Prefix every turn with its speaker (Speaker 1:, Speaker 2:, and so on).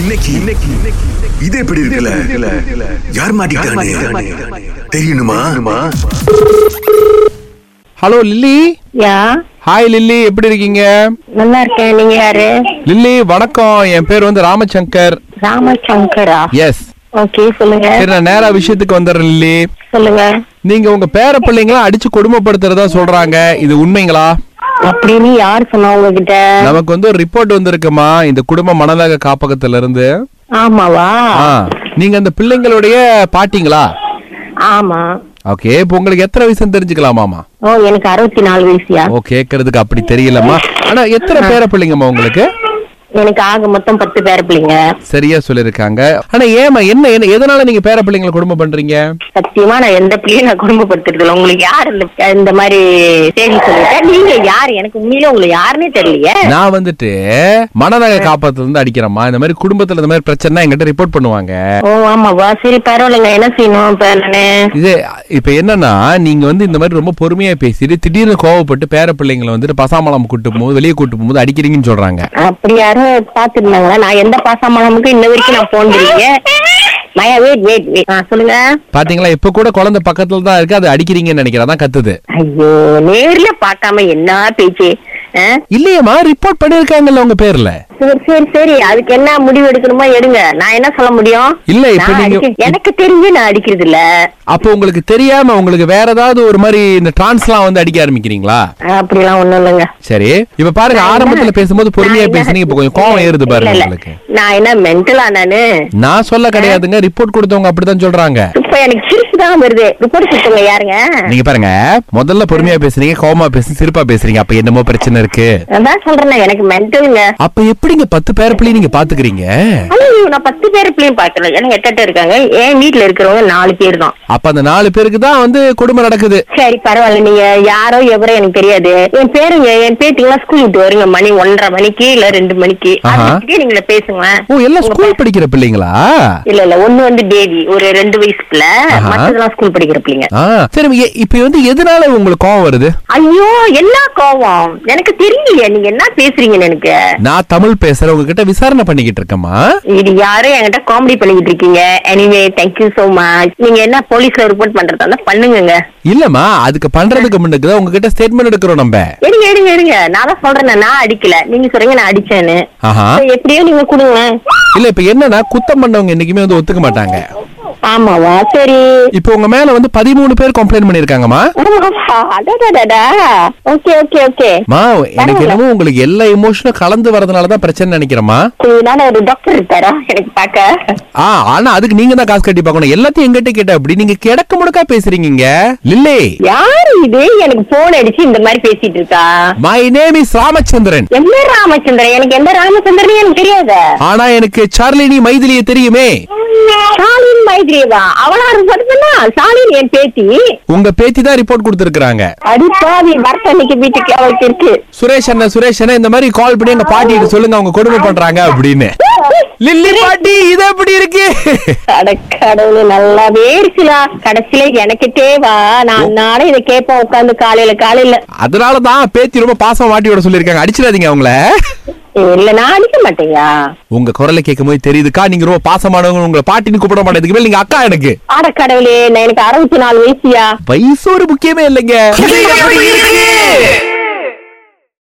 Speaker 1: இன்னைக்கு இன்னைக்கு இது எப்படி இருக்குல்ல யார் மாட்டிக்கிட்டானே தெரியணுமா
Speaker 2: hello Lily
Speaker 3: yeah
Speaker 2: hi Lily எப்படி இருக்கீங்க
Speaker 3: நல்லா இருக்கேன் நீங்க யாரு
Speaker 2: லில்லி வணக்கம் என் பேர் வந்து ராமசங்கர்
Speaker 3: ராமசங்கரா
Speaker 2: எஸ்
Speaker 3: ஓகே சொல்லுங்க
Speaker 2: சரி நான் நேரா விஷயத்துக்கு வந்துடுறேன் லில்லி
Speaker 3: சொல்லுங்க
Speaker 2: நீங்க உங்க பேர பிள்ளைங்கள அடிச்சு கொடுமைப்படுத்துறதா சொல்றாங்க இது உண்மைங்களா
Speaker 3: அப்படின்னு யார் சொன்னா உங்ககிட்ட
Speaker 2: நமக்கு வந்து ஒரு ரிப்போர்ட் வந்திருக்குமா இந்த குடும்ப மனதாக காப்பகத்துல இருந்து
Speaker 3: ஆமாவா
Speaker 2: ஆ, நீங்க அந்த பிள்ளைங்களுடைய பாட்டிங்களா
Speaker 3: ஆமா
Speaker 2: ஓகே இப்போ உங்களுக்கு எத்தனை வயசுன்னு தெரிஞ்சுக்கலாமாமா
Speaker 3: ஓ எனக்கு அறுபத்தி நாலு வயசுயா
Speaker 2: ஓ கேட்கறதுக்கு அப்படி தெரியலம்மா ஆனா எத்தனை பேர பிள்ளைங்கம்மா உங்களுக்கு
Speaker 3: எனக்கு ஆக மொத்தம் பத்து பேர் பிள்ளைங்க
Speaker 2: சரியா சொல்லிருக்காங்க ஆனா ஏமா என்ன என்ன எதனால நீங்க பேர பிள்ளைங்களை குடும்பம் பண்றீங்க
Speaker 3: சத்தியமா நான் எந்த பிள்ளையும் நான் குடும்பப்படுத்துறது இல்ல உங்களுக்கு யார் இந்த இந்த மாதிரி செய்தி சொல்லிட்டேன் நீங்க யார் எனக்கு உண்மையில உங்களுக்கு யாருன்னே தெரியலையே
Speaker 2: நான் வந்துட்டு மனநக காப்பகத்துல இருந்து அடிக்கிறேம்மா இந்த மாதிரி குடும்பத்துல இந்த மாதிரி பிரச்சனை என்கிட்ட ரிப்போர்ட் பண்ணுவாங்க
Speaker 3: ஓ ஆமாவா சரி பரவாயில்லைங்க என்ன செய்யணும் இப்ப நானு
Speaker 2: இது இப்ப என்னன்னா நீங்க வந்து இந்த மாதிரி ரொம்ப பொறுமையா பேசிட்டு திடீர்னு கோவப்பட்டு பேர பிள்ளைங்களை வந்துட்டு பசாமலம் கூட்டு போகும்போது வெளியே கூட்டு போகும்போது அடிக்கிறீங்கன்னு சொல்றாங்க
Speaker 3: அப்படி யாரும் பாத்துருந்தாங்களா நான் எந்த பாசமானமுக்கும் இன்ன வரைக்கும் நான் போன் பண்ணீங்க மயா வெயிட் வெயிட் வெயிட் ஆ சொல்லுங்க
Speaker 2: பாத்தீங்களா இப்ப கூட குழந்தை பக்கத்துல தான் இருக்கு அது அடிக்கிறீங்கன்னு நினைக்கிறேன் அதான் கத்துது
Speaker 3: ஐயோ நேர்ல பார்க்காம என்ன பேச்சு ஆ?
Speaker 2: இல்லையேம்மா ரிப்போர்ட் பண்ணிருக்காங்கல்ல உங்க பேர்ல
Speaker 3: சரி சரி சரி அதுக்கு என்ன முடிவு எடுக்கணுமோ எடுங்க நான் என்ன சொல்ல முடியும்
Speaker 2: இல்ல, இப்ப
Speaker 3: நான்
Speaker 2: நீங்க-
Speaker 3: அடிக்க- எனக்கு தெரிஞ்சு நான் அடிக்கிறது இல்ல
Speaker 2: அப்போ உங்களுக்கு தெரியாம உங்களுக்கு வேற ஏதாவது ஒரு மாதிரி இந்த டிரான்ஸ்லாம் வந்து அடிக்க ஆரம்பிக்கிறீங்களா
Speaker 3: அப்படிலாம் ஒண்ணும் இல்லைங்க
Speaker 2: சரி இப்ப பாருங்க ஆரம்பத்துல பேசும்போது பொறுமையா
Speaker 3: நான் என்ன-
Speaker 2: பேசுனீங்க இப்ப கொஞ்சம் கோவம் ஏறுது பாருங்க
Speaker 3: இல்ல, இல்ல.
Speaker 2: உங்களுக்கு
Speaker 3: நான் என்ன மென்டலா நானு
Speaker 2: நான் சொல்ல கிடையாதுங்க ரிப்போர்ட் கொடுத்தவங்க அப்படிதான் சொல்றாங்க
Speaker 3: இப்ப எனக்கு சிரிப்பு தான் வருது ரிப்போர்ட் கொடுத்தவங்க யாருங்க
Speaker 2: நீங்க பாருங்க முதல்ல பொறுமையா பேசுனீங்க கோவமா பேசுனீங்க சிரிப்பா பேசுறீங்க அப்ப என்னமோ பிரச்சனை இருக்கு
Speaker 3: அதான் சொல்றேன் எனக்கு மென்டலுங்க
Speaker 2: அப்ப எப்படிங்க பத்து பேர பிள்ளைய நீங்க பாத்துக்கிறீங்க
Speaker 3: ஆனா இவங்க நான் பத்து பேர் பிள்ளையும் பாக்குறேன் ஏன்னா எட்டு எட்டு இருக்காங்க என் வீட்டுல இருக்கிறவங்க நாலு பேர் தான்
Speaker 2: அப்ப அந்த நாலு பேருக்கு தான் வந்து கொடுமை நடக்குது
Speaker 3: சரி பரவாயில்ல நீங்க யாரோ எவரோ எனக்கு தெரியாது என் பேருங்க என் பேத்திங்களாம் ஸ்கூல் விட்டு வருங்க மணி ஒன்றரை மணிக்கு இல்ல ரெண்டு மணிக்கு
Speaker 2: ஆஹா.
Speaker 3: அதுக்கிட்டே நீங்கள பேசுங்களேன்
Speaker 2: ஓ எல்லாம் ஸ்கூல் படிக்கிற பிள்ளைங்களா
Speaker 3: இல்ல இல்ல ஒண்ணு வந்து பேபி ஒரு ரெண்டு வயசுக்குள்ள
Speaker 2: ஆஹா.
Speaker 3: மத்ததெல்லாம் ஸ்கூல் படிக்கிற பிள்ளைங்க
Speaker 2: ஆ சரி எ- இப்ப வந்து எதனால உங்களுக்கு கோவம் வருது
Speaker 3: ஐயோ என்ன கோவம் எனக்கு தெரியலையே நீங்க என்ன பேசுறீங்கன்னு எனக்கு
Speaker 2: நான் தமிழ் பேசுறேன் உங்ககிட்ட விசாரணை பண்ணிக்கிட்டு இருக்கேம்மா
Speaker 3: இது யாரும் என்கிட்ட காமெடி பண்ணிக்கிட்டு இருக்கீங்க எனிவே தேங்க்யூ சோ மச் நீங்க என்ன போலீஸ்ல ரிப்போர்ட் பண்றதா இருந்தா பண்ணுங்க
Speaker 2: இல்லம்மா அதுக்கு பண்றதுக்கு முன்னுக்கு தான் உங்ககிட்ட ஸ்டேட்மெண்ட் எடுக்கிறோம் நம்ம
Speaker 3: எடுங்க எடுங்க எடுங்க நான் தான் சொல்றேன் நான் அடிக்கல நீங்க சொல்றீங்க நான் அடிச்சேன்னு
Speaker 2: ஆஹா
Speaker 3: சரி, எப்படியோ நீங்க கொடுங்களேன்
Speaker 2: இல்ல இப்ப என்னன்னா குத்தம் பண்ணவங்க என்னைக்குமே வந்து ஒத்துக்க மாட்டாங்க
Speaker 3: ஆமாவா சரி
Speaker 2: இப்போ உங்க மேல வந்து பதிமூணு பேர் கம்ப்ளைண்ட் பண்ணிருக்காங்கம்மா
Speaker 3: ஓகே ஓகே ஓகே
Speaker 2: மா எனக்கு என்னமோ உங்களுக்கு எல்லா எமோஷனும் கலந்து வரதுனாலதான் பிரச்சனை நினைக்கிறேம்மா
Speaker 3: நானும் ஒரு டாக்டர் இருக்காரா எனக்கு பாக்க
Speaker 2: ஆ ஆனா அதுக்கு நீங்க தான் காசு கட்டி பார்க்கணும் எல்லாத்தையும் எங்கிட்ட கேட்ட அப்படி நீங்க கிடக்க முடக்கா பேசுறீங்க லில்லே
Speaker 3: யாரு இது எனக்கு போன் அடிச்சு இந்த மாதிரி பேசிட்டு இருக்கா
Speaker 2: மை நேம் இஸ் ராமச்சந்திரன்
Speaker 3: எந்த ராமச்சந்திரன் எனக்கு எந்த ராமச்சந்திரன் எனக்கு தெரியாத
Speaker 2: ஆனா எனக்கு சார்லினி மைதிலிய தெரியுமே
Speaker 3: சாலின் மைத்ரியவா அவளா இருப்பதுன்னா சாலின் என் பேத்தி
Speaker 2: உங்க பேத்தி தான் ரிப்போர்ட் கொடுத்திருக்காங்க
Speaker 3: அடிப்பாவி வரத்தன்னைக்கு வீட்டுக்கு அவளுக்கு இருக்கு
Speaker 2: சுரேஷ் அண்ணன் சுரேஷ் அண்ணன் இந்த மாதிரி கால் பண்ணி எங்க பாட்டிட்டு சொல்லுங்க அவங்க கொடுமை பண்றாங்க அப்படின்னு லில்லி பாட்டி இது எப்படி இருக்கு
Speaker 3: கடவுளு நல்லாவே இருக்குலா கடைசியில எனக்கு தேவா நான் நானே இதை கேட்பேன் உட்கார்ந்து காலையில காலையில
Speaker 2: அதனாலதான் பேத்தி ரொம்ப பாசமா மாட்டி விட சொல்லிருக்காங்க அடிச்சிடாதீங்க அவங்கள
Speaker 3: இல்ல நான் அடிக்க மாட்டேயா
Speaker 2: உங்க குரலை கேட்கும் போது தெரியுதுக்கா நீங்க ரொம்ப பாசமானவங்க உங்களை பாட்டின்னு கூப்பிட மாட்டேன் இதுக்கு மேல நீங்க அக்கா எனக்கு
Speaker 3: ஆட கடவுளே நான் எனக்கு அறுபத்தி நாலு வயசுயா
Speaker 2: வயசு ஒரு முக்கியமே இல்லைங்க